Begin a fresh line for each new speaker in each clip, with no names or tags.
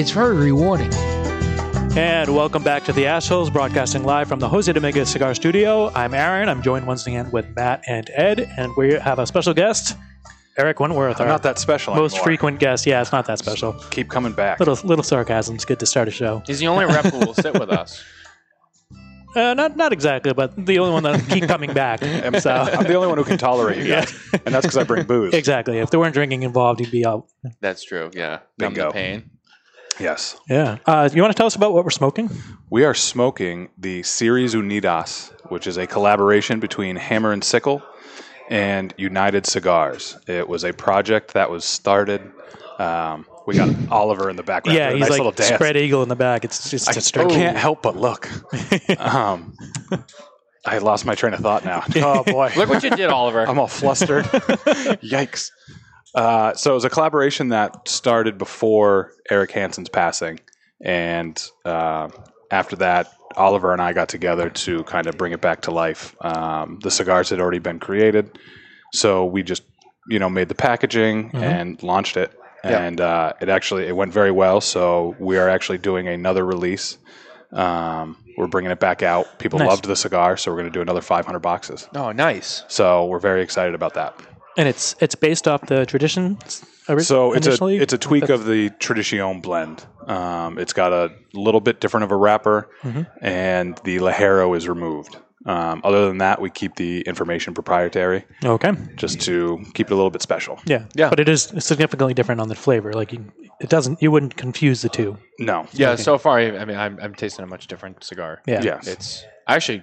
It's very rewarding.
And welcome back to the Assholes, broadcasting live from the Jose Dominguez Cigar Studio. I'm Aaron. I'm joined once again with Matt and Ed, and we have a special guest, Eric Wentworth.
I'm
our
not that special.
most
anymore.
frequent guest. Yeah, it's not that special.
Keep coming back.
Little little sarcasm's good to start a show.
He's the only rep who will sit with us.
Uh, not not exactly, but the only one that keep coming back.
I'm,
So
I'm the only one who can tolerate you guys, and that's because I bring booze.
exactly, if there weren't drinking involved, he'd be out.
That's true. Yeah. Numb
Bingo.
the pain.
Yes,
Yeah. Uh, you want to tell us about what we're smoking?
we are smoking the Series Unidas, which is a collaboration between Hammer and Sickle and United Cigars. It was a project that was started. Um, we got Oliver in the background.
yeah,
doing a
he's
nice little
like
dance.
spread eagle in the back. It's just
I,
it's
I
tricky.
can't help but look. um, I lost my train of thought now. Oh boy!
Look what you did, Oliver.
I'm all flustered. Yikes. Uh, so it was a collaboration that started before Eric Hansen's passing. And uh, after that, Oliver and I got together to kind of bring it back to life. Um, the cigars had already been created. So we just, you know, made the packaging
Mm-hmm.
and launched it.
Yeah.
And uh, it actually it went very well. So we are actually doing another release. Um, we're bringing it back out. People
Nice.
loved the cigar, so we're going to do another 500 boxes.
oh, nice.
So we're very excited about that.
and it's it's based off the tradition. ori-
So it's a
Oh, initially?
it's a tweak of the Tradition blend. Um, it's got a little bit different of a wrapper,
Hmm. Mm-hmm.
and the Lajero is removed. Um, other than that, we keep the information proprietary
okay.
just to keep it a little bit special.
Yeah.
Yeah.
But it is significantly different on the flavor. Like you, it doesn't you wouldn't confuse the two.
No,
Yeah, so far, I mean, I'm, I'm tasting a much different cigar.
Yeah.
yes,
It's actually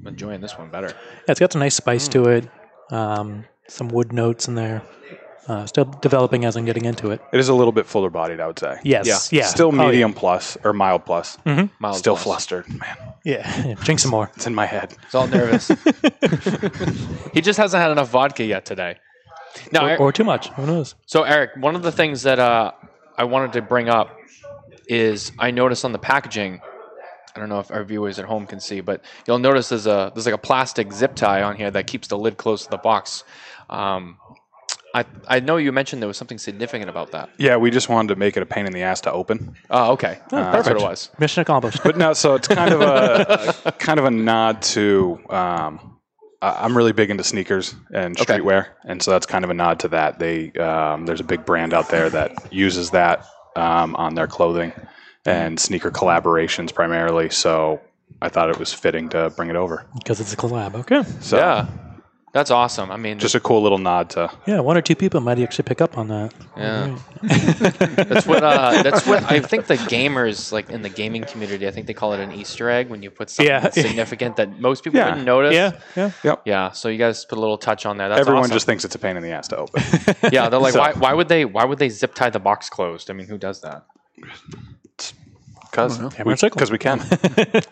I'm enjoying this one better.
Yeah, it's got some nice
Mm.
spice to it. Um, some wood notes in there. Uh, still developing as I'm getting into it.
it is a little bit fuller bodied. I would say.
Yes. Yeah. Oh,
Still
yeah. Mm-hmm.
medium plus or mild plus.
Mild
Still
plus.
flustered, man.
yeah. yeah. Drink some more.
It's in my head.
He's all nervous. he just hasn't had enough vodka yet today. No,
Or,
I-
or too much. Who knows?
So, Eric, one of the things that uh, I wanted to bring up is I noticed on the packaging. I don't know if our viewers at home can see, but you'll notice there's a there's like a plastic zip tie on here that keeps the lid close to the box. Um, I I know you mentioned there was something significant about that.
Yeah, we just wanted to make it a pain in the ass to open.
Oh, okay, that's what
perfect.
it was.
Mission accomplished.
But no, so it's kind of a, a- kind of a nod to. Um, I- I'm really big into sneakers and
Okay.
streetwear, and so that's kind of a nod to that. They um, there's a big brand out there that uses that um, on their clothing and sneaker collaborations primarily. So I thought it was fitting to bring it over.
Because it's a collab. Okay.
So
Yeah, that's awesome. I mean,
just a cool little nod to.
Yeah. One or two people might actually pick up on that.
Yeah. that's what uh, that's what I think the gamers like in the gaming community. I think they call it an Easter egg when you put something
Yeah.
significant that most people
Yeah.
wouldn't notice.
Yeah. Yeah.
Yeah, so you guys put a little touch on there. That's
Everyone
awesome.
just thinks it's a pain in the ass to open.
yeah. They're like,
So-
why, why would they? Why would they zip tie the box closed? I mean, who does that?
Because
Hammer and sickle.
because we can.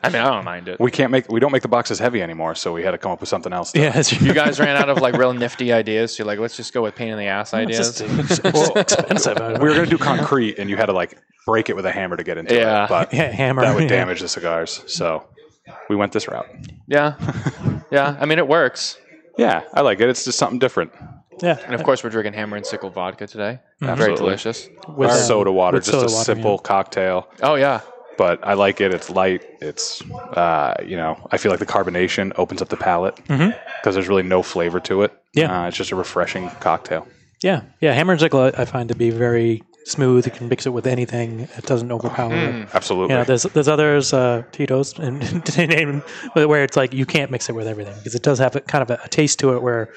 I mean, I don't mind it.
we can't make we don't make the boxes heavy anymore, so we had to come up with something else. to-
Yeah. It's,
You guys ran out of like real nifty ideas. So you're like, let's just go with pain in the ass ideas.
expensive. I don't know.
We were gonna do concrete, and you had to like break it with a hammer to get into
Yeah.
it. But
yeah, hammer.
that would
yeah.
damage the cigars. So we went this route.
yeah, yeah. I mean, it works.
Yeah, I like it. It's just something different. Mm-hmm.
Yeah.
And of course, we're drinking hammer and sickle vodka today. Very
Absolutely.
delicious.
With, uh,
soda water,
with
just
soda
a
water,
simple cocktail.
Oh yeah,
But I like it. It's light. It's uh, you know, I feel like the carbonation opens up the palate because
Mm-hmm.
there's really no flavor to it.
Yeah.
uh, it's just a refreshing cocktail.
Yeah, yeah. Hammer and sickle, I, I find to be very smooth. You can mix it with anything. It doesn't overpower. it.
Hmm,
Absolutely.
You know, there's there's others uh, Tito's and to name them, where it's like you can't mix it with everything because it does have a, kind of a, a taste to it where,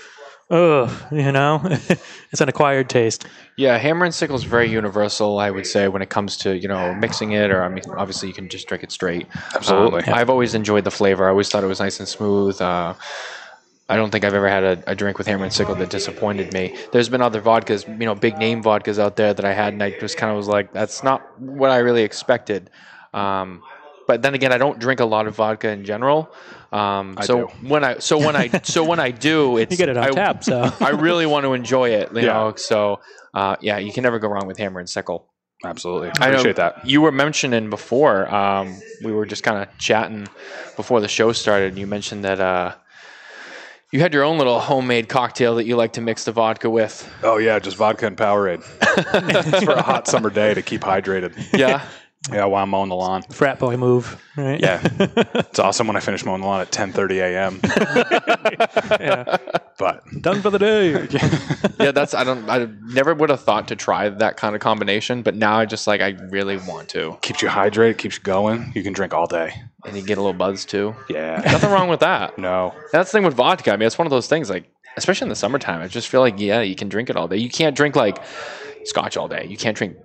oh, you know, it's an acquired taste.
yeah. Hammer and sickle is very universal. I would say when it comes to you know mixing it, or I mean, obviously you can just drink it straight.
Absolutely.
Um, I've always enjoyed the flavor. I always thought it was nice and smooth. Uh, I don't think I've ever had a, a drink with Hammer and Sickle that disappointed me. There's been other vodkas, you know, big name vodkas out there that I had, and I just kind of was like, that's not what I really expected. Um, but then again, I don't drink a lot of vodka in general. Um,
I
so
do.
when I so when I so when I do, it's
You get it on
I,
tap, so
I really want to enjoy it, you
Yeah.
know. So uh, yeah, you can never go wrong with Hammer and Sickle.
Absolutely.
I know
Appreciate that.
You were mentioning before, um, we were just kind of chatting before the show started, and you mentioned that uh, you had your own little homemade cocktail that you like to mix the vodka with.
Oh, yeah. Just vodka and Powerade. It's for a hot summer day to keep hydrated.
Yeah.
Yeah, while I'm mowing the lawn.
frat boy move, right?
Yeah. it's awesome when I finish mowing the lawn at 10.30 a.m.
Yeah.
But
Done for the day.
yeah, that's, I don't, I never would have thought to try that kind of combination, but now I just like, I really want to.
keeps you hydrated, keeps you going. You can drink all day.
And you get a little buzz too.
Yeah.
Nothing wrong with that.
No.
That's the thing with vodka. I mean, it's one of those things, like, especially in the summertime, I just feel like, yeah, you can drink it all day. You can't drink like scotch all day. You can't drink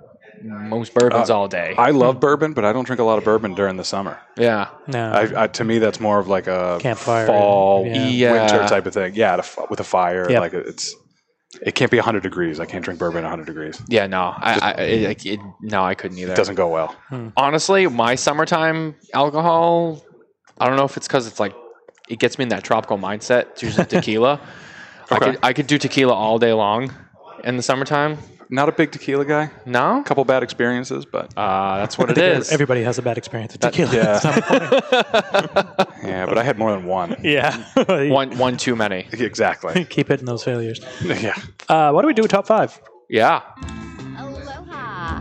most bourbons
Uh,
all day.
I love bourbon, but I don't drink a lot of bourbon during the summer.
yeah.
No.
I, I, to me, that's more of like a
Campfire,
fall,
yeah.
Yeah.
winter type of thing. Yeah, at a f with a fire.
Yep.
Like it's, it can't be 100 degrees. I can't drink bourbon at 100 degrees.
Yeah, no, I, I it, it, no, I couldn't either.
It doesn't go well.
Honestly, my summertime alcohol, I don't know if it's because it's like it gets me in that tropical mindset. It's usually tequila. I
Okay.
could I could do tequila all day long in the summertime.
Not a big tequila guy.
No,
A couple bad experiences, but
uh, that's what it
think
is.
Everybody has a bad experience with tequila.
yeah.
It's not funny.
yeah, but I had more than one.
yeah.
one one too many.
Exactly.
Keep hitting those failures.
yeah.
Uh, why do we do a top five?
Yeah,
Aloha!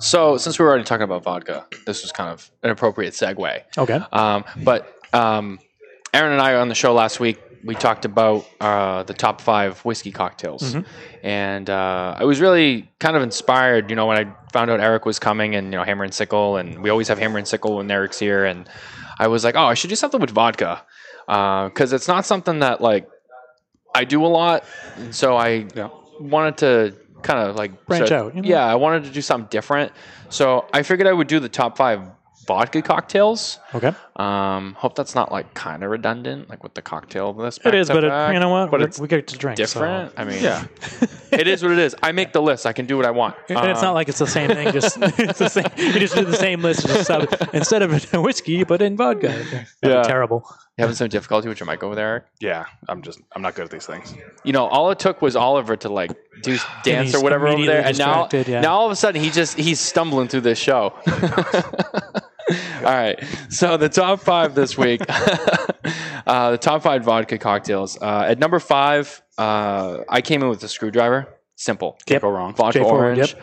So, since we were already talking about vodka, this was kind of an appropriate segue.
Okay.
Um, but um, Aaron and I on the show last week, we talked about uh, the top five whiskey cocktails. And uh, I was really kind of inspired, you know, when I found out Eric was coming and, you know, Hammer and Sickle. And we always have Hammer and Sickle when Eric's here. And I was like, oh, I should do something with vodka. Because it's not something that, like, I do a lot. And so I wanted to kind of like
Branch
so-
out, you know?
Yeah, I wanted to do something different. So I figured I would do the top five vodka cocktails.
Okay.
Um, hope that's not like kind of redundant, like with the cocktail list.
It is, but it,
back-to-back,
you know what?
But
We're-
it's
we get to drink. so-
different. I mean, yeah, it is what it is. I make the list. I can do what I want.
And it's
Um,
not like it's the same thing. Just it's the same. You just do the same list just sub, instead of whiskey, but in vodka. That'd be
Yeah.
terrible.
you having some difficulty with your mic over there. Eric?
Yeah. I'm just, I'm not good at these things.
You know, all it took was Oliver to like do dance
he's
or whatever over there,
immediately
and now,
distracted, yeah.
now all of a sudden he just he's stumbling through this show. all right, so the top five this week, uh, the top five vodka cocktails. Uh, at number five, uh, I came in with a screwdriver. Simple.
Can't go wrong.
vodka
Straightforward,
orange.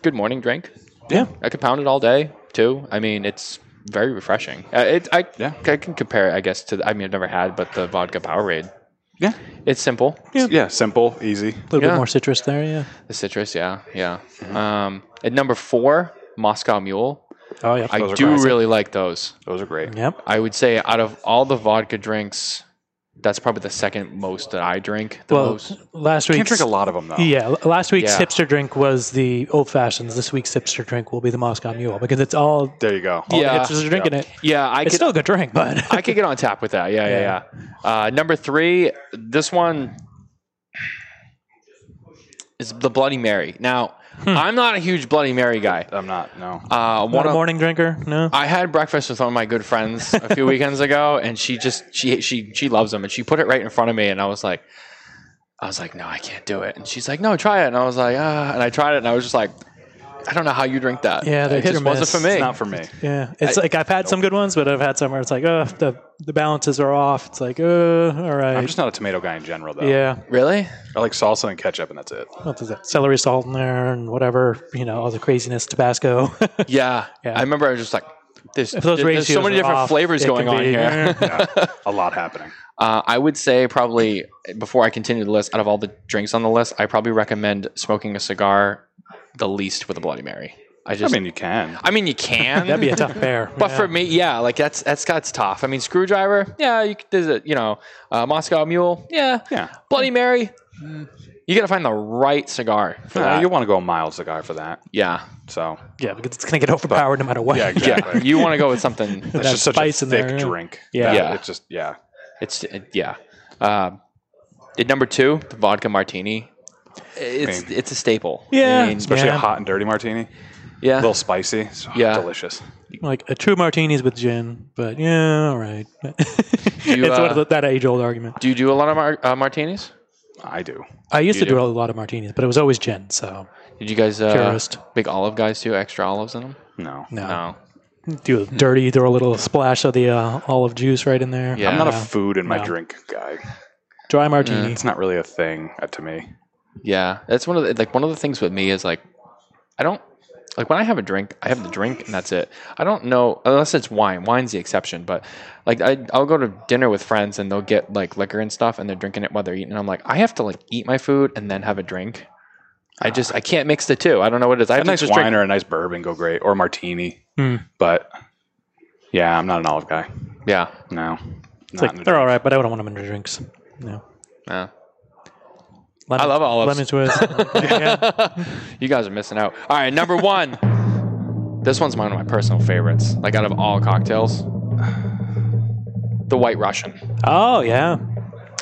Good morning drink.
Yeah.
I could pound it all day too. I mean, it's very refreshing. Uh, it, I,
Yeah.
I can compare, it, I guess, to the- I mean, I've never had, but the vodka Powerade.
Yeah.
It's simple.
Yeah. Simple, easy.
A little
Yeah.
bit more citrus there. Yeah.
The citrus, yeah, yeah. Um, at number four, Moscow Mule.
Oh yeah.
I
Those are
do
classic.
really like those.
Those are great.
yep.
I would say out of all the vodka drinks, that's probably the second most that I drink. The
Well,
most.
last week.
Can't drink a lot of them though.
Yeah, l- last week's
Yeah.
hipster drink was the old fashions. This week's hipster drink will be the Moscow Mule because it's all,
There you go.
all
Yeah.
the hipsters are drinking it.
Yeah, I
It's
could.
still a good drink, but
I could get on tap with that. Yeah, yeah, yeah. Uh, number three, this one is the Bloody Mary. Now, I'm not a huge Bloody Mary guy.
I'm not. No.
Uh,
Hmm. not
one
a
of,
morning drinker. No,
I had breakfast with one of my good friends a few weekends ago, and she just she she she loves them, and she put it right in front of me, and I was like, I was like, no, I can't do it, and she's like, no, try it, and I was like, ah, and I tried it, and I was just like, I don't know how you drink that.
Yeah, they're
it
hit
just
or
wasn't
miss.
for me.
It's not for me.
yeah, it's like I've had some good ones, but I've had some where it's like, oh, the the balances are off. It's like, uh, all right.
I'm just not a tomato guy in general though.
yeah,
really.
I like salsa and ketchup and that's it.
what is that? Celery salt in there and whatever, you know, all the craziness, Tabasco.
Yeah.
Yeah.
I remember I was just like, There's,
If those
there- there's so
ratios
many
are
different
off,
flavors
it
going
can
on
be-
here.
a lot happening.
Uh, I would say probably before I continue the list, out of all the drinks on the list, I probably recommend smoking a cigar the least with a Bloody Mary. I
I
just,
mean, you can.
I mean, you can.
That'd be a tough bear.
But for me, yeah, like that's that's that's tough. I mean, screwdriver, yeah, you, c- there's a you know, uh, Moscow Mule, yeah,
Yeah.
Bloody Mary,
Mm.
you gotta find the right cigar for
Uh,
that.
you want to go a mild cigar for that.
yeah,
So
yeah, because it's gonna get overpowered no matter what.
yeah,
yeah,
exactly.
you want to go with something.
That's
That
just such a
spice
thick
in there, yeah.
drink.
Yeah.
that
Yeah.
It's just yeah.
It's it, yeah. Um at number two, the vodka martini. It's
mean-
it's a staple.
Yeah.
I mean,
Especially
Yeah.
a hot and dirty martini.
yeah.
A little spicy. It's
Yeah.
delicious.
like a two martinis with gin, but yeah, all right.
You,
it's one
uh,
of the, that age old argument.
Do you do a lot of mar- uh, martinis?
I do.
I used
you
to do,
do.
a lot of martinis, but it was always gin. So
Did you guys uh,
Purist.
big olive guys do extra olives in them?
No.
no,
No.
do a dirty, throw a little splash of the uh, olive juice right in there.
Yeah.
I'm not a
Yeah.
food in my
No.
drink guy.
Dry martini.
It's not really a thing uh, to me.
Yeah, that's one of the like one of the things with me is like I don't like when I have a drink, I have the drink and that's it. I don't know unless it's wine. Wine's the exception, but like I I'll go to dinner with friends and they'll get like liquor and stuff and they're drinking it while they're eating. And I'm like, I have to like eat my food and then have a drink. I just I can't mix the two. I don't know what it is. I
A
have to
nice
just
wine
drink.
or a nice bourbon go great, or a martini.
Mm.
But yeah, I'm not an olive guy.
Yeah.
No.
It's
Not in
like
a
they're
drink.
all right, but I don't want them in the drinks. No,
yeah.
lemon,
love olives.
Lemon twist. yeah.
you guys are missing out. All right, number one. This one's one of my personal favorites. Like out of all cocktails, the White Russian.
Oh yeah,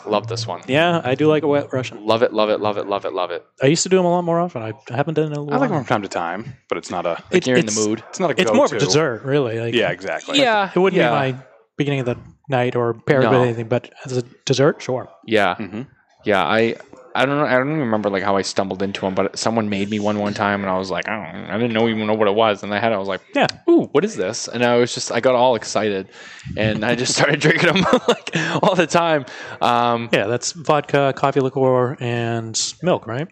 Love this one.
yeah. I do like a wet Russian.
Love it, love it, love it, love it, love it.
I used to do them a lot more often. I haven't done it in a
I
little
like them
while.
from time to time, but it's not a.
Like
It-
you're in the
it's-
mood.
It's not a.
It's
go-to.
more of a dessert, really. Like,
Yeah, exactly.
Yeah.
It wouldn't
yeah,
be my beginning of the night or paired
No.
with anything, but as a dessert, sure.
Yeah.
Mhm.
Yeah. I I don't know I don't even remember like how I stumbled into them, but someone made me one one time and I was like, I don't I didn't know even know what it was. And I had it, I was like,
Yeah.
ooh, what is this? And I was just I got all excited and I just started drinking them like all the time. Um
Yeah, that's vodka, coffee liqueur, and milk, right?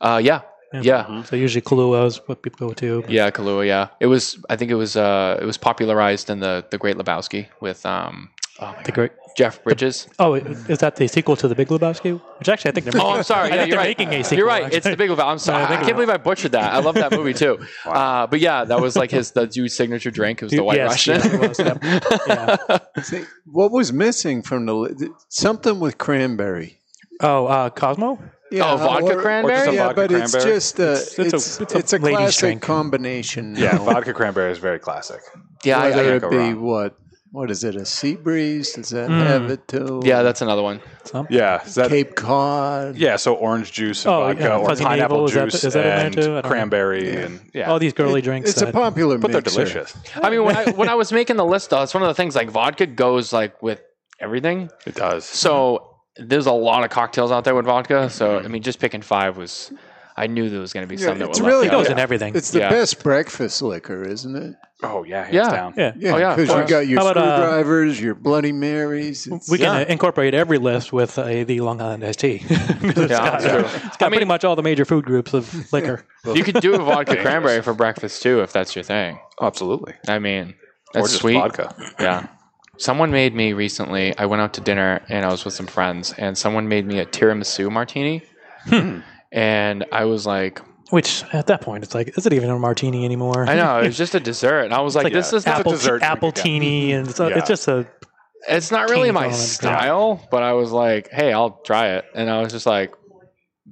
uh yeah. Yeah.
So usually Kahlua is what people go to.
Yeah, Kahlua. Yeah, it was. I think it was. Uh, it was popularized in the the Great Lebowski with um, oh my
The
God,
great.
Jeff Bridges.
Oh, is that the sequel to The Big Lebowski? Which actually, I think they're.
Oh, I'm sorry.
I
Yeah,
think
you're
they're
right.
making a sequel.
You're right.
actually.
It's the Big Lebowski. I'm sorry. I
think
can't believe I butchered that. I love that movie too. Uh, but yeah, that was like his that's his signature drink. It was the White
Yes,
Russian.
yes, it was, yep. Yeah.
See, what was missing from the li- th- something with cranberry?
Oh, uh, Cosmo.
Yeah,
vodka cranberry?
Or just a
yeah,
vodka
but it's
cranberry?
just a
It's-
it's,
it's a-
it's,
it's a
a,
lady's
classic
drink.
combination.
Yeah,
now.
vodka cranberry is very classic.
yeah, I-
Whether
I-
go
it be
wrong.
what what is it? A sea breeze? Does that
Mm.
have it too?
yeah, that's another one.
Yeah, is that,
Cape Cod.
yeah. So orange juice and
Oh,
vodka,
yeah,
or
fuzzy navel,
pineapple
is that-
juice,
is that in there
and
too? I don't know.
cranberry, and yeah,
All these girly drinks.
It's a
that-
popular,
but they're
mixer.
delicious.
I mean, when I when I was making the list, though, it's one of the things like vodka goes like with everything.
It does.
So there's a lot of cocktails out there with vodka. So I mean, just picking five was. I knew there was going to be
Yeah,
some that
it's
were
really
left out.
goes
Yeah.
in everything.
It's the
Yeah.
best breakfast liquor, isn't it?
Oh yeah, hands
Yeah.
down.
yeah.
Yeah,
Oh, yeah, of
because you
course.
got your
How about, uh,
screwdrivers, your Bloody Marys. It's,
We can
Yeah.
uh incorporate every list with a, the Long Island iced tea. yeah,
that's true.
It's got
I mean-
pretty much all the major food groups of liquor.
You could do a vodka cranberry for breakfast too, if that's your thing.
Absolutely.
I mean,
Or
that's
just
sweet.
vodka.
Yeah. Someone made me recently. I went out to dinner and I was with some friends, and someone made me a tiramisu martini, and I was like,
Hmm. Which at that point, it's like, is it even a martini anymore?
I know it was just a dessert, and I was like, uh,
like
this is not.
apple,
a dessert drink
apple
again.
teeny, and so
Yeah.
it's just a
It's not really
King
my
Kong.
style, but I was like, hey, I'll try it, and I was just like,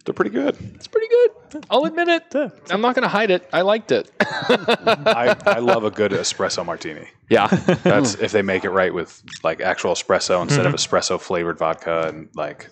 They're pretty good.
it's pretty good. I'll admit it. I'm not gonna hide it. I liked it.
I, I love a good espresso martini.
yeah.
That's if they make it right with like actual espresso instead of
Mm-hmm.
espresso flavored vodka and like,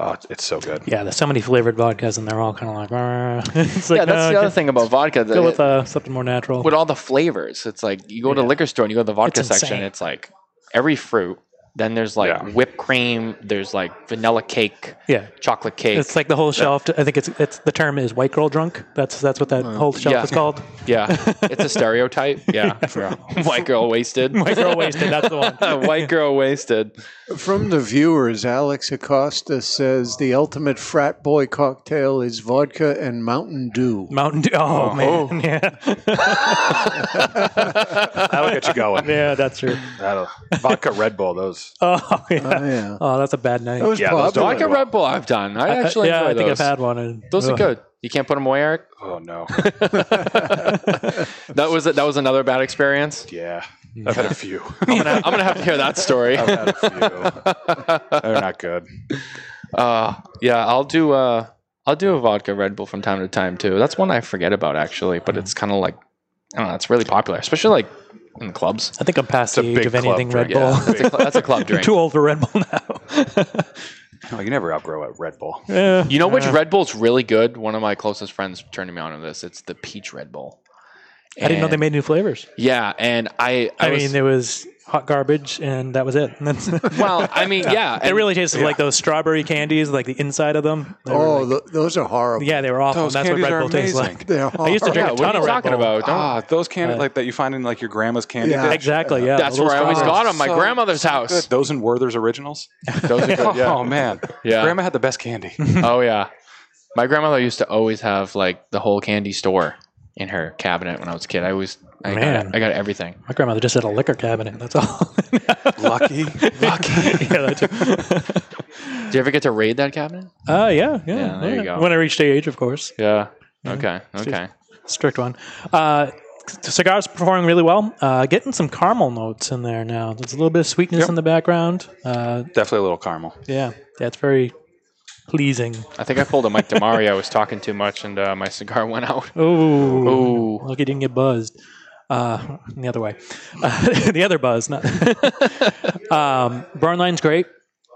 oh, it's so good.
yeah. There's so many flavored vodkas, and they're all kind of like, "Arr." it's like
yeah, that's
no,
the other
just
thing about vodka. that
Go
it-
with uh, something more natural.
with all the flavors. It's like you go to the liquor store and you go to the vodka
It's insane.
section. It's like every fruit, Then there's like
Yeah.
whipped cream. There's like vanilla cake,
Yeah.
chocolate cake.
It's like the whole shelf. I think it's it's the term is white girl drunk. That's that's what
Oh,
that whole shelf
yeah.
is called.
yeah, it's a stereotype. Yeah, white girl wasted.
White girl wasted. That's the one.
White girl wasted.
From the viewers, Alex Acosta says the ultimate frat boy cocktail is vodka and Mountain Dew.
Mountain Dew. Oh, man. Yeah.
That'll get you going.
yeah, that's true.
That'll, vodka Red Bull, those.
Oh yeah.
Oh, yeah.
Oh, that's a bad night.
That was
Yeah, those
popular.
don't-
Vodka Red Bull. I've done. I actually
yeah,
enjoy
I think
those.
I've had one. And,
Those are
ugh.
good. You can't put them away, Eric.
Oh, no.
That was that was another bad experience.
Yeah. I've had a few.
I'm gonna, I'm gonna have to hear that story.
I've had a few. They're not good.
Uh, yeah, I'll do uh, I'll do a vodka Red Bull from time to time too. That's one I forget about actually, but it's kind of like I don't know. It's really popular, especially like in the clubs.
I think I'm past the
a
age
big
of anything
club
Red
Yeah,
Bull.
that's, a, cl- that's a club drink.
Too old for Red Bull now.
Oh, you never outgrow a Red Bull.
yeah.
You know which Red Bull's really good? One of my closest friends turned me on to this. It's the peach Red Bull.
I didn't know they
And-
made new flavors.
Yeah, and I I,
I,
was,
mean, it was hot garbage, and that was it. And that's-
well, I mean, yeah,
it
and-
really tasted like those strawberry candies, like the inside of them. They were
Oh,
like-
th- those are horrible.
yeah, they were awful.
Those
That's what
candies
Red
are
Bull tastes
amazing.
like.
They're
I used to
horrible.
drink
Yeah,
a
what
ton
are
of
you
Red
talking
Bull.
about? Don't-
Ah, those candy like that you find in like your grandma's candy
Yeah.
dish.
Exactly. Yeah,
That's
those
where I always got
strawberries.
them. My
So
grandmother's house.
Those and Werther's originals.
Those are good. Yeah.
Oh man,
Yeah.
Grandma had the best candy.
Oh yeah. My grandmother used to always have like the whole candy store in her cabinet when I was a kid. I always I
Man.
got I got everything.
My grandmother just had a liquor cabinet. That's all.
Lucky,
Lucky. yeah, that too.
Did you ever get to raid that cabinet?
Uh, yeah, yeah.
Yeah, there you
yeah.
go.
When I reached the age, of course,
Yeah. Okay. Okay.
strict one. Mm-hmm. Uh, c- cigars performing really well. Uh, getting some caramel notes in there now. There's a little bit of sweetness in the background. Uh,
definitely a little caramel.
yeah, that's very pleasing.
I think I pulled a Mike DeMario. I was talking too much and uh, my cigar went out.
Oh,
Ooh.
look, you didn't get buzzed. Uh, the other way, uh, the other buzz. Not um, burn line's great.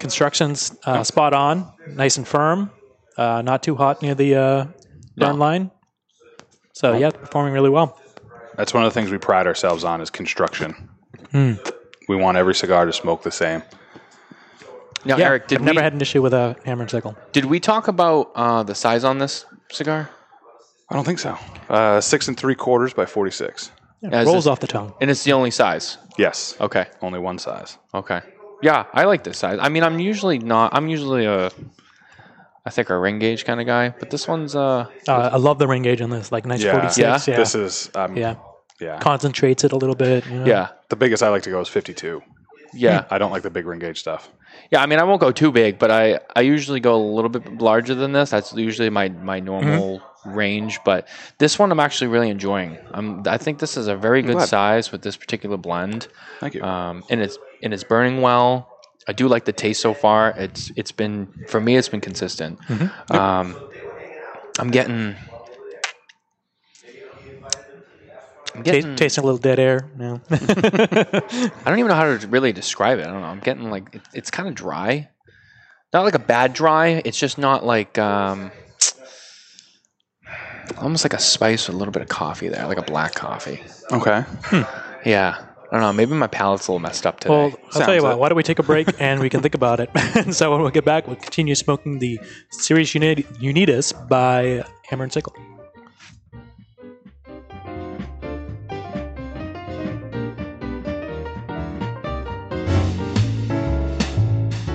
Construction's uh, spot on, nice and firm. Uh, not too hot near the uh,
No.
burn line. So yeah, performing really well.
That's one of the things we pride ourselves on is construction. Hmm. We want every cigar to smoke the same.
Now, Eric, did
I've
we,
never had an issue with a hammer and sickle.
did we talk about uh, the size on this cigar?
I don't think so. Uh, six and three quarters by forty-six.
Yeah, is
rolls
this-
off the tongue.
And it's the only size.
Yes,
Okay.
only one size.
Okay. Yeah, I like this size. I mean, I'm usually not. I'm usually a, I think a ring gauge kind of guy, but this one's uh,
Uh, I love the ring gauge on this, like 1946. Yeah, yeah.
This is um,
yeah.
yeah.
concentrates it a little bit. You know?
yeah,
The biggest I like to go is fifty-two.
yeah.
Hmm.
I don't like the big ring gauge stuff.
Yeah, I mean, I won't go too big, but I, I usually go a little bit larger than this. That's usually my my
Mm-hmm.
normal range, but this one I'm actually really enjoying. I'm, I think this is a very good
glad.
size with this particular blend,
Thank you.
um, and it's and it's burning well. I do like the taste so far. It's it's been for me, it's been consistent.
Mm-hmm.
Um, I'm getting. I'm
Ta-
getting,
tasting a little dead air. No.
I don't even know how to really describe it. I don't know. I'm getting like it, it's kind of dry, not like a bad dry. It's just not like um, almost like a spice with a little bit of coffee there, like a black coffee.
Okay.
Yeah, I don't know. Maybe my palate's a little messed up today.
Well, I'll tell you
Sounds
what.
it.
Why don't we take a break and we can think about it? and so when we get back, we'll continue smoking the Series Uni- Unitas by Hammer and Sickle.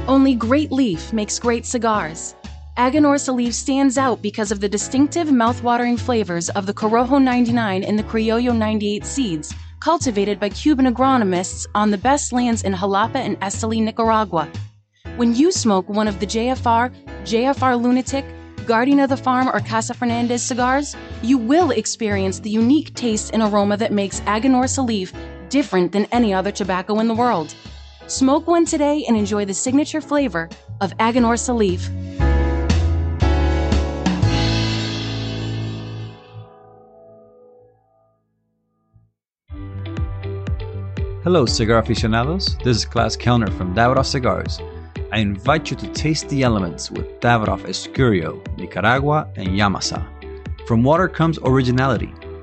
Only Great Leaf makes great cigars. Aganor Salif stands out because of the distinctive mouthwatering flavors of the Corojo 99 and the Criollo 98 seeds, cultivated by Cuban agronomists on the best lands in Jalapa and Esteli, Nicaragua. When you smoke one of the JFR, JFR Lunatic, Guardian of the Farm, or Casa Fernandez cigars, you will experience the unique taste and aroma that makes Aganor Salif different than any other tobacco in the world. Smoke one today and enjoy the signature flavor of Aganor Salif.
Hello, cigar aficionados. This is Klaus Kellner from Davidoff Cigars. I invite you to taste the elements with Davidoff Escurio, Nicaragua, and Yamasa. From water comes originality.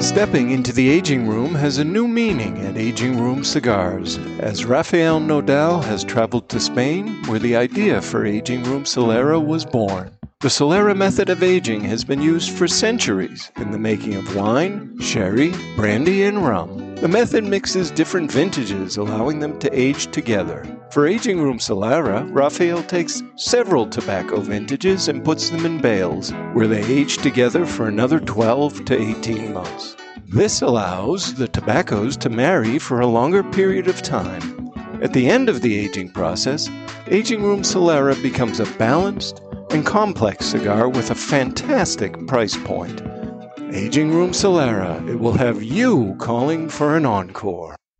Stepping into the aging room has a new meaning at Aging Room Cigars, as Rafael Nodal has traveled to Spain, where the idea for Aging Room Solera was born. The Solera method of aging has been used for centuries in the making of wine, sherry, brandy, and rum. The method mixes different vintages, allowing them to age together. For Aging Room Solera, Rafael takes several tobacco vintages and puts them in bales, where they age together for another 12 to 18 months. This allows the tobaccos to marry for a longer period of time. At the end of the aging process, Aging Room Solera becomes a balanced and complex cigar with a fantastic price point. Aging Room Solera, it will have you calling for an encore.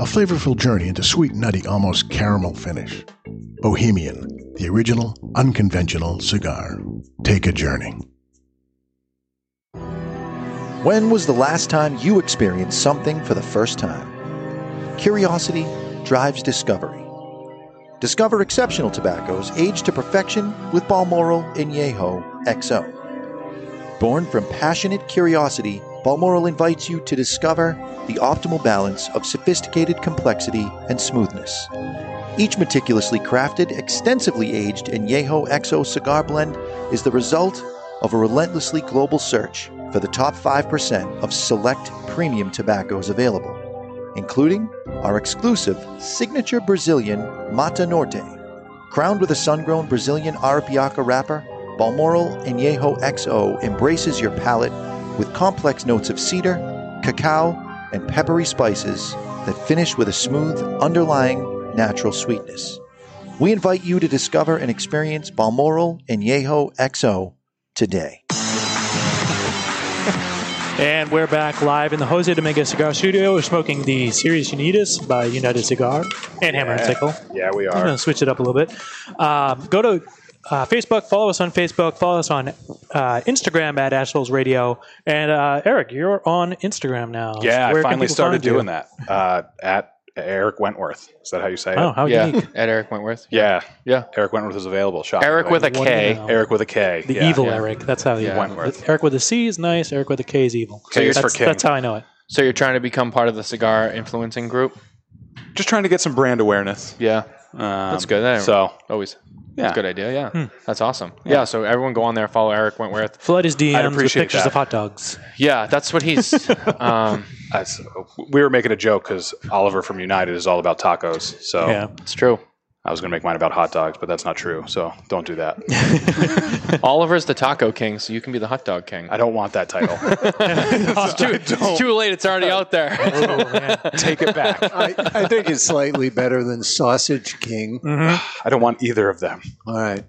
A flavorful journey into sweet, nutty, almost caramel finish. Bohemian, the original unconventional cigar. Take a journey.
When was the last time you experienced something for the first time? Curiosity drives discovery. Discover exceptional tobaccos aged to perfection with Balmoral Añejo XO. Born from passionate curiosity, Balmoral invites you to discover the optimal balance of sophisticated complexity and smoothness. Each meticulously crafted, extensively aged Añejo XO cigar blend is the result of a relentlessly global search for the top 5% of select premium tobaccos available, including our exclusive signature Brazilian Mata Norte. Crowned with a sun-grown Brazilian Arapiaca wrapper, Balmoral Añejo XO embraces your palate with complex notes of cedar, cacao, and peppery spices that finish with a smooth, underlying, natural sweetness. We invite you to discover and experience Balmoral Añejo XO today.
And we're back live in the Jose Dominguez Cigar Studio. We're smoking the Sirius Unitas by United Cigar and Hammer and Sickle.
Yeah, we
I'm
are.
going to switch it up a little bit. Um, go to uh, Facebook, follow us on Facebook, follow us on uh, Instagram at Asheville's Radio. And uh, Eric, you're on Instagram now.
Yeah,
Where can
I finally
people
started
find you?
doing that uh, at Eric Wentworth. Is that how you say
Oh,
it?
how
yeah,
unique.
at Eric Wentworth.
Yeah,
Yeah.
Eric Wentworth is available. Shop
Eric with a
What
K.
now?
Eric with a K.
The
yeah.
evil
yeah.
Eric. That's how the
Yeah.
Wentworth.
Eric with a C is nice. Eric with a K is evil.
K is for
that's,
king.
That's how I know it.
So you're trying to become part of the cigar influencing group?
Just trying to get some brand awareness.
Yeah,
Um,
that's good. That-
So
always.
yeah,
That's a good idea. Yeah, that's awesome. Yeah. so everyone go on there, follow Eric Wentworth.
Hmm. Flood his DMs with
appreciate
pictures
that.
of hot dogs.
Yeah, that's what he's. um,
I s- we were making a joke because Oliver from United is all about tacos. So
Yeah.
it's true.
I was going to make mine about hot dogs, but that's not true. So don't do that.
Oliver's the taco king, so you can be the hot dog king.
I don't want that title.
it's, too, it's too late. It's already out there.
Take it back.
I, I think it's slightly better than Sausage King.
Mm-hmm.
I don't want either of them.
All right.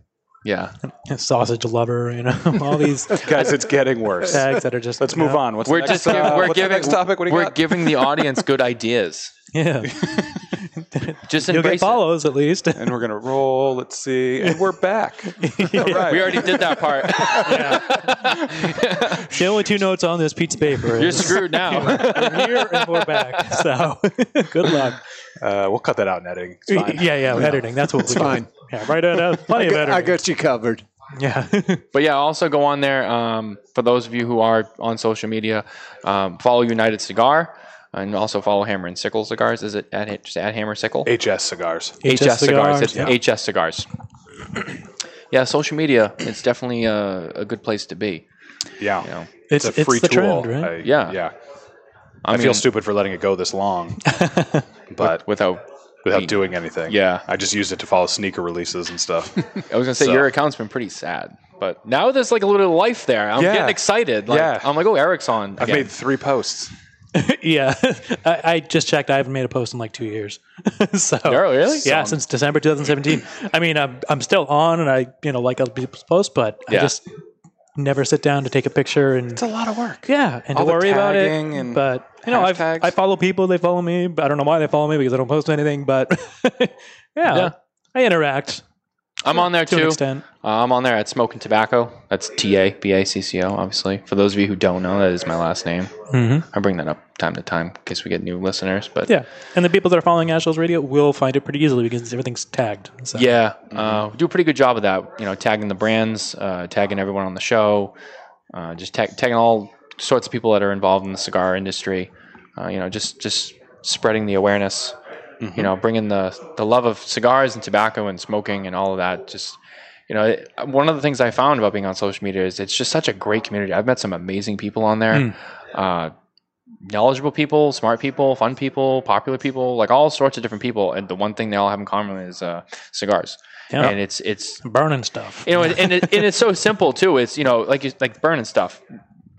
yeah.
Sausage lover, you know, all these
Guys, it's getting worse.
tags that are just.
Let's
you
move
know,
on. What's
We're
the
just
next,
giving,
uh,
we're
what's the
giving
next topic? What do you
we're
got?
giving the audience good ideas.
Yeah,
Just
you'll get
embrace it.
follows at least.
and we're gonna roll. Let's see, and we're back. All right.
We already did that part.
the only two notes on this piece of paper.
You're
is
screwed now.
Here and we're back. So good luck.
Uh, we'll cut that out in editing. It's fine.
Yeah, yeah, editing. That's what we do.
fine.
Yeah, right. Uh, plenty of editing.
I got you covered.
Yeah.
But yeah, also go on there. Um, for those of you who are on social media, um, follow United Cigar and also follow Hammer and Sickle Cigars. Is it at, just at Hammer Sickle?
HS cigars.
HS Cigars. It's
Yeah.
HS Cigars. Yeah, social media. It's definitely a, a good place to be.
Yeah,
You know,
It's, it's,
a free
the
tool.
trend, right?
I-
Yeah.
yeah.
I,
I,
mean,
feel stupid for letting it go this long, but
without.
without doing anything.
Yeah.
I just used it to follow sneaker releases and stuff.
I was gonna say
So-
your account's been pretty sad, but now there's like a little life there. I'm
Yeah.
getting excited. Like,
Yeah.
I'm like, oh, Eric's on.
I've
again.
made three posts.
yeah. I, I just checked. I haven't made a post in like two years. so
Oh, really?
yeah,
So-
since December 2017. I mean, I'm, I'm still on, and I you know like other people's posts, but
Yeah.
I just never sit down to take a picture and
It's a lot of work.
yeah, and
all
to
the
worry about it.
tagging and
but you know, I've,
hashtags.
I follow people. They follow me. But I don't know why they follow me because I don't post anything. But yeah,
Yeah.
I interact
I'm on there
to an
too.
extent.
Uh, I'm on there at Smoking Tobacco. That's T A B A C C O, obviously. For those of you who don't know, that is my last name.
Mm-hmm.
I bring that up time to time in case we get new listeners. But
Yeah, and the people that are following Ashles Radio will find it pretty easily because everything's tagged. So.
yeah, uh, we do a pretty good job of that. You know, tagging the brands, uh, tagging everyone on the show, uh, just tag, tagging all sorts of people that are involved in the cigar industry. Uh, you know, just just spreading the awareness. You know, bringing the the love of cigars and tobacco and smoking and all of that. Just you know, it, one of the things I found about being on social media is it's just such a great community. I've met some amazing people on there. Uh, knowledgeable people, smart people, fun people, popular people, like all sorts of different people. And the one thing they all have in common is uh, cigars.
Yeah.
And it's it's
burning stuff.
you know, and, and, it, and it's so simple too. It's you know, like you, like burning stuff,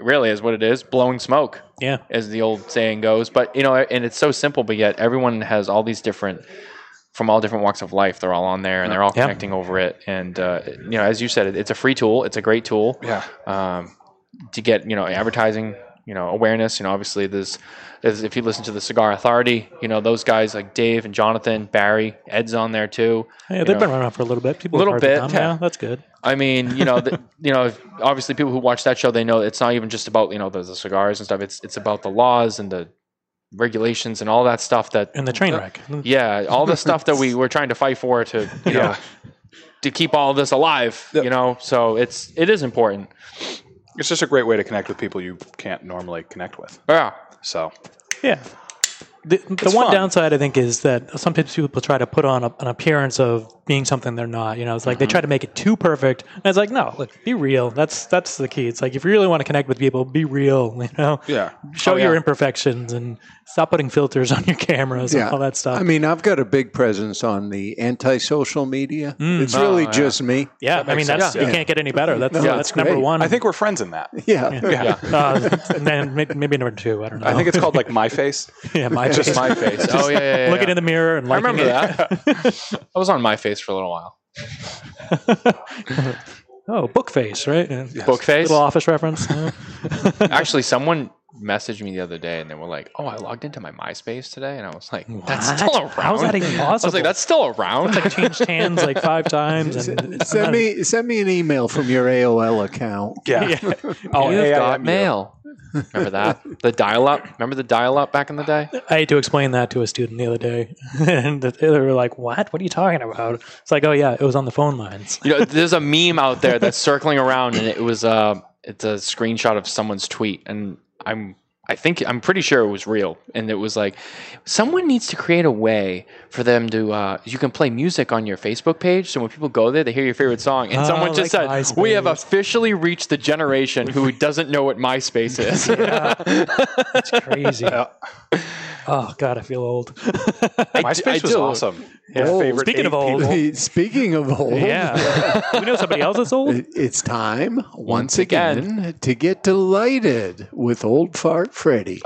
really is what it is. Blowing smoke,
Yeah,
as the old saying goes. But you know, and it's so simple, but yet everyone has all these different from all different walks of life. They're all on there and they're all
Yeah.
connecting over it. And uh, you know, as you said, it, it's a free tool. It's a great tool
Yeah.
um, to get you know advertising you know awareness you know obviously there's, there's if you listen to the cigar authority you know those guys like dave and jonathan barry ed's on there too
yeah,
you
they've been
know.
around for a little bit. People
Little
have heard of
bit,
them.
yeah.
yeah, that's good.
I mean, you know, the, you know, obviously people who watch that show they know it's not even just about you know the, the cigars and stuff. It's it's about the laws and the regulations and all that stuff that
And the train wreck. Mm.
yeah, all the stuff that we were trying to fight for to you know
Yeah.
to keep all this alive. You know, so it's it is important.
It's just a great way to connect with people you can't normally connect with.
Yeah,
So
Yeah. The, the
It's
one
fun.
downside I think is that sometimes people try to put on a, an appearance of being something they're not. You know, it's like
Mm-hmm.
they try to make it too perfect, and it's like, no, look, be real. That's that's the key. It's like if you really want to connect with people, be real. You know,
yeah,
show
Oh, yeah.
your imperfections and stop putting filters on your cameras
Yeah.
and all that stuff.
I mean, I've got a big presence on the anti-social media. it's really just me.
Mm. yeah, I mean that's you can't get any better. That's
No,
that's
that's
number
great.
one.
I think we're friends in that.
Yeah.
Yeah.
uh, and then may- maybe number two. I don't know.
I think it's called like my face.
yeah, my
Just
just
my face.
oh yeah, yeah, yeah,
looking
yeah.
in the mirror and
I
liking
remember
it.
that. I was on my face for a little while.
Oh, book face, right? Yeah.
Book face.
Little office reference. yeah.
Actually, someone messaged me the other day and they were like, "Oh, I logged into my MySpace today," and I was like, "That's
What?
still around."
How is that even
I was
possible?
like, "That's still around."
changed hands like five times. And
Send me send me an email from your AOL account.
Yeah.
oh, you've
AIMU.
got mail. Remember that? The dial-up. Remember the dial-up back in the day?
I had to explain that to a student the other day, and they were like, "What? What are you talking about?" It's like, "Oh yeah, it was on the phone lines."
You know, there's a meme out there that's circling around, and it was uh, it's a screenshot of someone's tweet, and I'm. I think I'm pretty sure it was real, and it was like, someone needs to create a way for them to. Uh, you can play music on your Facebook page, so when people go there, they hear your favorite song. And
Oh,
someone just said,
like
"We have
MySpace."
officially reached the generation who doesn't know what MySpace is."
It's crazy. Oh god, I feel Oh, old.
I d-
MySpace
I
was
do.
awesome. Yeah,
old.
favorite Speaking eight of old. people.
Speaking of old.
Yeah. we know somebody else that's old.
It- It's time, once, again, to get delighted with Old Fart Freddy.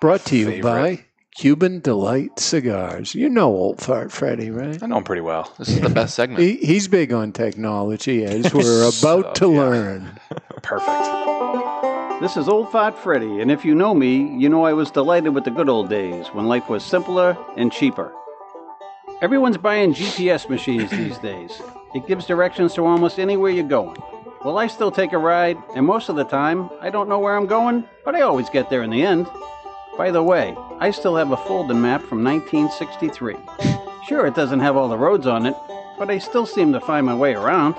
Brought to you
Ah, favorite.
by Cuban Delight Cigars. You know Old Fart Freddy, right?
I know him pretty well.
This is the best segment.
He, he's big on technology, as we're about to learn.
Perfect.
This is Old Fart Freddy, and if you know me, you know I was delighted with the good old days when life was simpler and cheaper. Everyone's buying GPS machines these days. It gives directions to almost anywhere you're going. Well, I still take a ride, and most of the time, I don't know where I'm going, but I always get there in the end. By the way, I still have a folding map from 1963. Sure, it doesn't have all the roads on it, but I still seem to find my way around.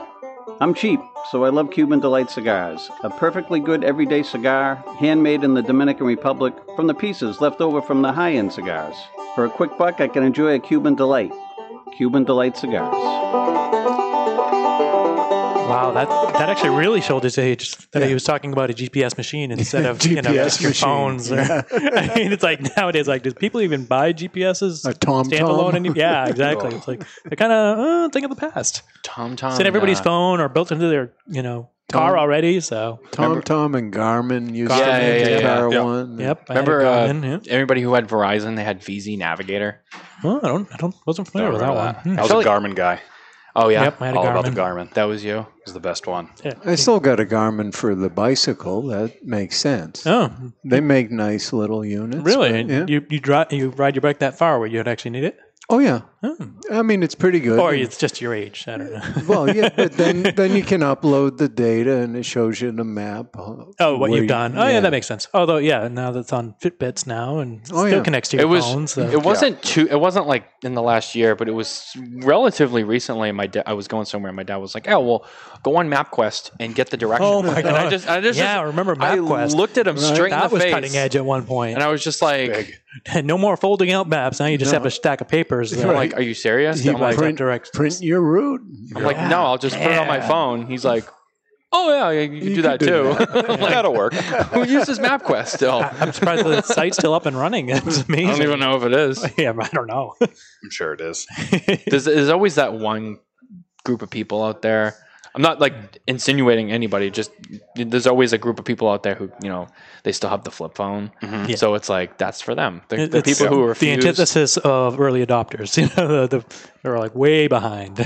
I'm cheap, so I love Cuban Delight cigars. A perfectly good everyday cigar, handmade in the Dominican Republic from the pieces left over from the high end cigars. For a quick buck, I can enjoy a Cuban Delight. Cuban Delight cigars.
Wow, that that actually really showed his age that he was talking about a GPS machine instead of you know
GPS
just your
machine,
phones. Or,
yeah.
I mean, it's like nowadays, like, does people even buy GPSs?
A Tom
standalone?
Tom.
Any- yeah, exactly. it's like they're kind of uh, thing of the past.
Tom Tom.
It's in everybody's
uh,
phone or built into their you know car already. So
Tom Tom and Garmin used
Yeah,
to
yeah,
make
yeah,
a
yeah.
car
Yeah.
one.
yep, I had
Remember
it
uh,
gone in, yeah.
everybody who had Verizon? They had VZ Navigator.
Well, I don't, I don't, wasn't familiar with
Don't
that,
remember
one. Hmm.
I was a Garmin guy.
Oh yeah,
Yep, I had a
All about the
Garmin.
Garmin. That
that was you.
was the best one.
I still got a Garmin for the bicycle. That makes sense.
Oh,
They make nice little units.
really?
but- yeah.
You you drive you ride your bike that far where you'd actually need it,
Oh yeah.
Hmm.
I mean, it's pretty good.
or it's just your age? I don't know.
well, yeah, but then then you can upload the data and it shows you in a map. uh,
Oh, what
where
you've
you-
done? Oh, yeah. that makes sense. Although, yeah, now that's on Fitbits now and
Oh,
still
yeah.
connects to
It
your
was.
phone. So.
It wasn't too. It wasn't like in the last year, but it was relatively recently. My da- I was going somewhere, and my dad was like, "Oh, well, go on MapQuest and get the directions."
oh my god!
And I just, I just,
yeah, I remember
I
MapQuest.
looked at him straight
that
in the
was
face,
cutting edge at one point.
and I was just like,
no more folding out maps. Now you just have a stack of papers. that-
I'm like, "Are you serious?"
He
I'm like,
print,
print-
direct.
Print your route.
I'm like, "No, I'll just put it on my
Yeah.
phone." He's like, "Oh yeah, you can do that
could do
too." I'm like,
That'll work.
Who uses MapQuest still? I
I'm surprised the site's still up and running. It's amazing.
don't even know if it is.
Yeah, I don't know.
I'm sure it is.
there's, there's always that one group of people out there. I'm not like insinuating anybody. Just there's always a group of people out there who you know they still have the flip phone.
Yeah.
So it's like that's for them. The,
It-
the
it's
people who refuse.
the antithesis of early adopters. You know, the, the, they're like way behind.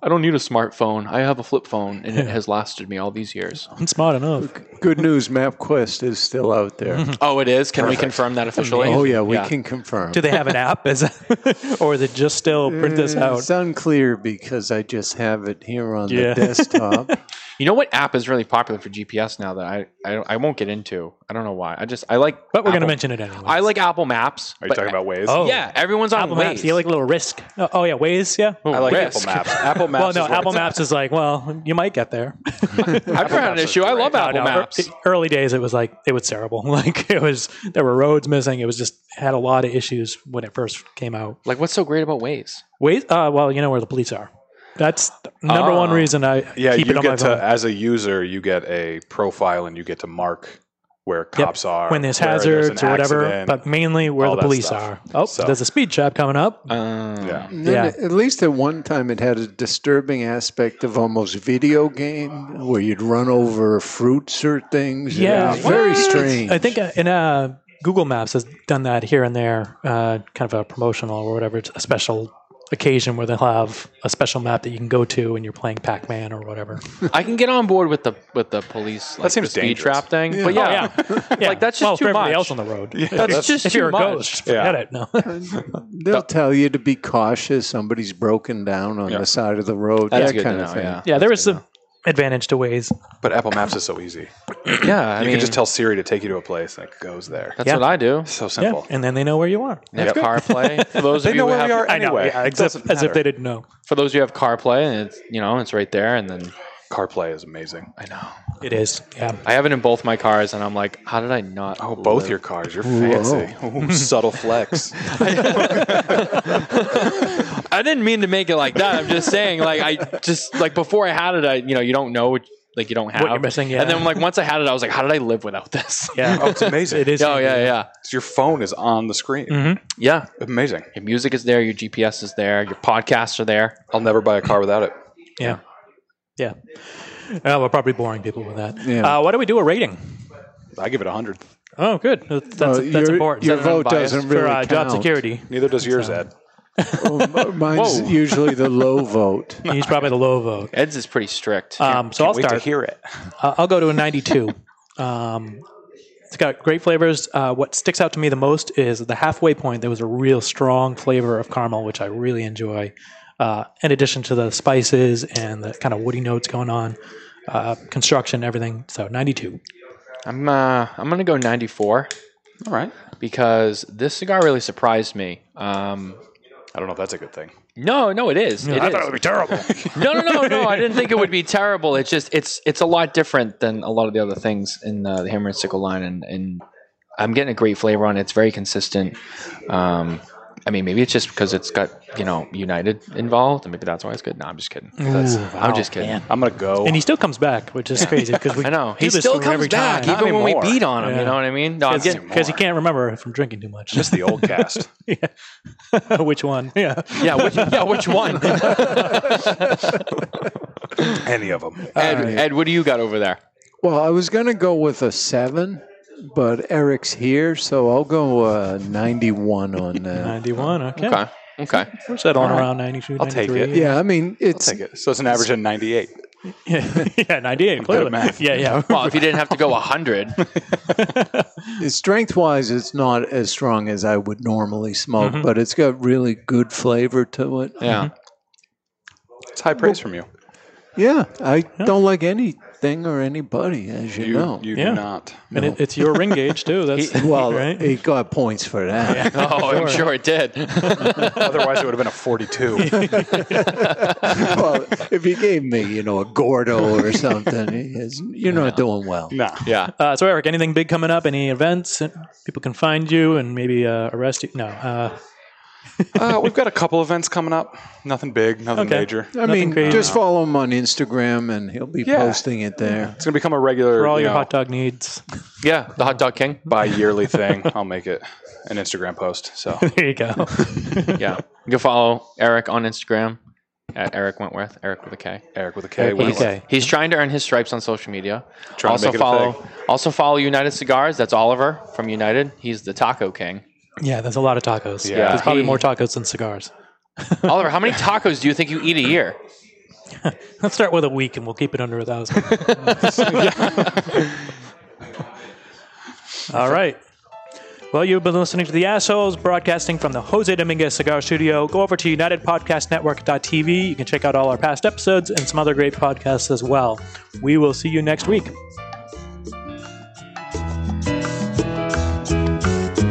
I don't need a smartphone. I have a flip phone, and it has lasted me all these years.
I'm smart enough.
Good news, MapQuest is still out there.
Oh, it is. Can we confirm that officially?
oh yeah, we can confirm.
Do they have an app? Is that, or is it just still print this
Uh,
out?
It's unclear because I just have it here on
Yeah.
the desktop.
You know what app is really popular for GPS now that I I, don't- I won't get into. I don't know why. I just I like.
But we're going to
Apple-
mention it anyway.
I like Apple Maps.
Are you
but-
talking about Waze?
Oh.
Yeah, everyone's on
Apple
Waze.
Maps. You like a little risk. Oh, oh, yeah, Waze. Yeah.
Oh,
I like
risk.
Apple Maps. Apple Maps.
well,
is
no,
where
Apple
it's at.
Maps is like, well, you might get there.
I've never had an
Maps is
issue. I love
great.
Apple
No, no,
Maps.
ear- Early days, it was like it was terrible. Like it was, there were roads missing. It was just had a lot of issues when it first came out.
Like, what's so great about Waze?
Waze. Uh, well, you know where the police are. That's the number one
Ah.
reason I
Um, Oh. Yeah,
keep
you
it on my
get
phone.
to as a user, you get a profile and you get to mark where cops are
when there's
where an
hazards or whatever,
accident.
but mainly where
all
the
that
police are.
stuff.
Oh,
So-
there's a speed trap coming up.
Um,
yeah,
And then
Yeah.
At least at one time, it had a disturbing aspect of almost video game where you'd run over fruits or things. It
Yeah.
was very
What?
strange.
I think uh, in uh, Google Maps has done that here and there, uh, kind of a promotional or whatever, it's a special occasion where they'll have a special map that you can go to when you're playing Pac-Man or whatever.
I can get on board with the with the police. Like,
That seems
the speed
dangerous.
trap thing. But yeah,
Yeah.
like that's just
well,
too
for everybody
much.
else on the road.
that's, just
if
too
you're a
much.
ghost, forget it. No.
They'll tell you to be cautious. Somebody's broken down on
Yeah.
the side of the road.
That's
that
good to
kind of
know.
thing.
Yeah,
yeah, there is some advantage to ways.
but Apple Maps is so easy.
yeah. I
you
mean,
can just tell Siri to take you to a place and it goes there.
That's
Yeah.
what I do.
so
Yeah,
simple.
and then they know where you are.
They have CarPlay. For those
They
of you
know
who
where
have,
we are
I know.
anyway.
yeah,
It
except,
doesn't
as if
matter.
they didn't know.
for those who have CarPlay, and it's you know it's right there. And then
CarPlay is amazing.
I know
It is. Yeah.
I have it in both my cars, and I'm like, how did I not?
Oh, both
live-
your cars. You're fancy. Ooh, subtle flex.
I didn't mean to make it like that. I'm just saying, like I just like before I had it, I you know you don't know. What, like you don't have
What you're missing, yeah.
And then like once I had it, I was like, how did I live without this?
Yeah.
Oh, it's amazing.
It is
Oh yeah, yeah.
Your phone is on the screen.
Mhm.
Yeah.
Amazing.
Your music is there. Your GPS is there. Your podcasts are there.
I'll never buy a car without it.
Yeah. Yeah. Uh, we're probably boring people with that.
Yeah.
Uh, why don't we do a rating?
I give it a hundred.
Oh, good. That's, that's,
No,
that's
your-
important.
your
Is that an
vote
unbiased?
doesn't really
For uh, job
count.
security,
Neither does yours, Ed.
Well, m- mine's
Whoa.
usually the low vote.
Uh, he's probably the low vote.
Ed's is pretty strict.
Um, so I'll
Wait to
start.
hear it.
Uh, I'll go to a 92. um, it's got great flavors. Uh, what sticks out to me the most is the halfway point. There was a real strong flavor of caramel, which I really enjoy. Uh, in addition to the spices and the kind of woody notes going on, uh, construction, everything. So 92.
I'm uh, I'm gonna go 94
All right.
because this cigar really surprised me. Um,
I don't know if that's a good thing.
no, no, it is. It is.
would be terrible.
no, no, no, no. I didn't think it would be terrible. It's just it's it's a lot different than a lot of the other things in uh, the hammer and sickle line, and and I'm getting a great flavor on it. It's very consistent. Um, I mean, maybe it's just because it's got you know United involved, and maybe that's why it's good. No, I'm just kidding. That's- I'm just kidding.
I'm gonna go.
And he still comes back, which is crazy because we
I know
do
he
this
still
to him
comes
every
back
time.
even when we
anymore.
beat on him.
Yeah.
You know what I mean? No, I'm getting-
because he can't remember from drinking too much.
Miss the old cast.
Which one? Yeah.
yeah, which, yeah, which one?
Any of them.
Ed, Ed, what do you got over there?
Well, I was going to go with a seven, but Eric's here, so I'll go uh, 91 on that.
91. oh, Okay.
Okay, okay.
We're settling around 92,
I'll take
93.
it.
yeah, I mean, it's
Take it. So it's an average of 98.
Yeah, yeah, 98.
good
Clearly.
at math.
Yeah, yeah.
Well, if you didn't have to go 100,
strength wise, it's not as strong as I would normally smoke,
Mm-hmm.
but it's got really good flavor to it.
yeah.
It's high praise from you.
Yeah, I don't like anything or anybody, as you,
You,
know.
you
Yeah.
do not.
And it, it's your ring gauge, too. That's
well,
right?
he got points for that.
Oh, I'm sure it did.
Otherwise, it would have been a 42.
well, if you gave me, you know, a Gordo or something, it's- you're not doing well.
nah.
yeah.
Uh, so, Eric, anything big coming up? Any events? that People can find you and maybe uh, arrest you? No. Uh,
Uh, we've got a couple events coming up. Nothing big, nothing
Okay.
major.
I mean,
crazy.
just follow him on Instagram, and he'll be
Yeah.
posting it there.
It's gonna become a regular
for all
you
your
know,
hot dog needs.
Yeah, the hot dog king.
bi-yearly thing. I'll make it an Instagram post. So
There you go.
Yeah. You can follow Eric on Instagram at Eric Wentworth, Eric with a K.
Eric with a
with
K.
a
Wentworth.
K.
He's, he's trying to earn his stripes on social media.
Trying to
also
make it a
follow also follow United Cigars. That's Oliver from United. He's the taco king.
yeah, there's a lot of tacos.
Yeah.
There's probably
Hey.
more tacos than cigars.
Oliver, how many tacos do you think you eat a year?
Let's start with a week and we'll keep it under a thousand. All right. Well, you've been listening to The Assholes, broadcasting from the Jose Dominguez Cigar Studio. Go over to UnitedPodcastNetwork.tv. You can check out all our past episodes and some other great podcasts as well. We will see you next week.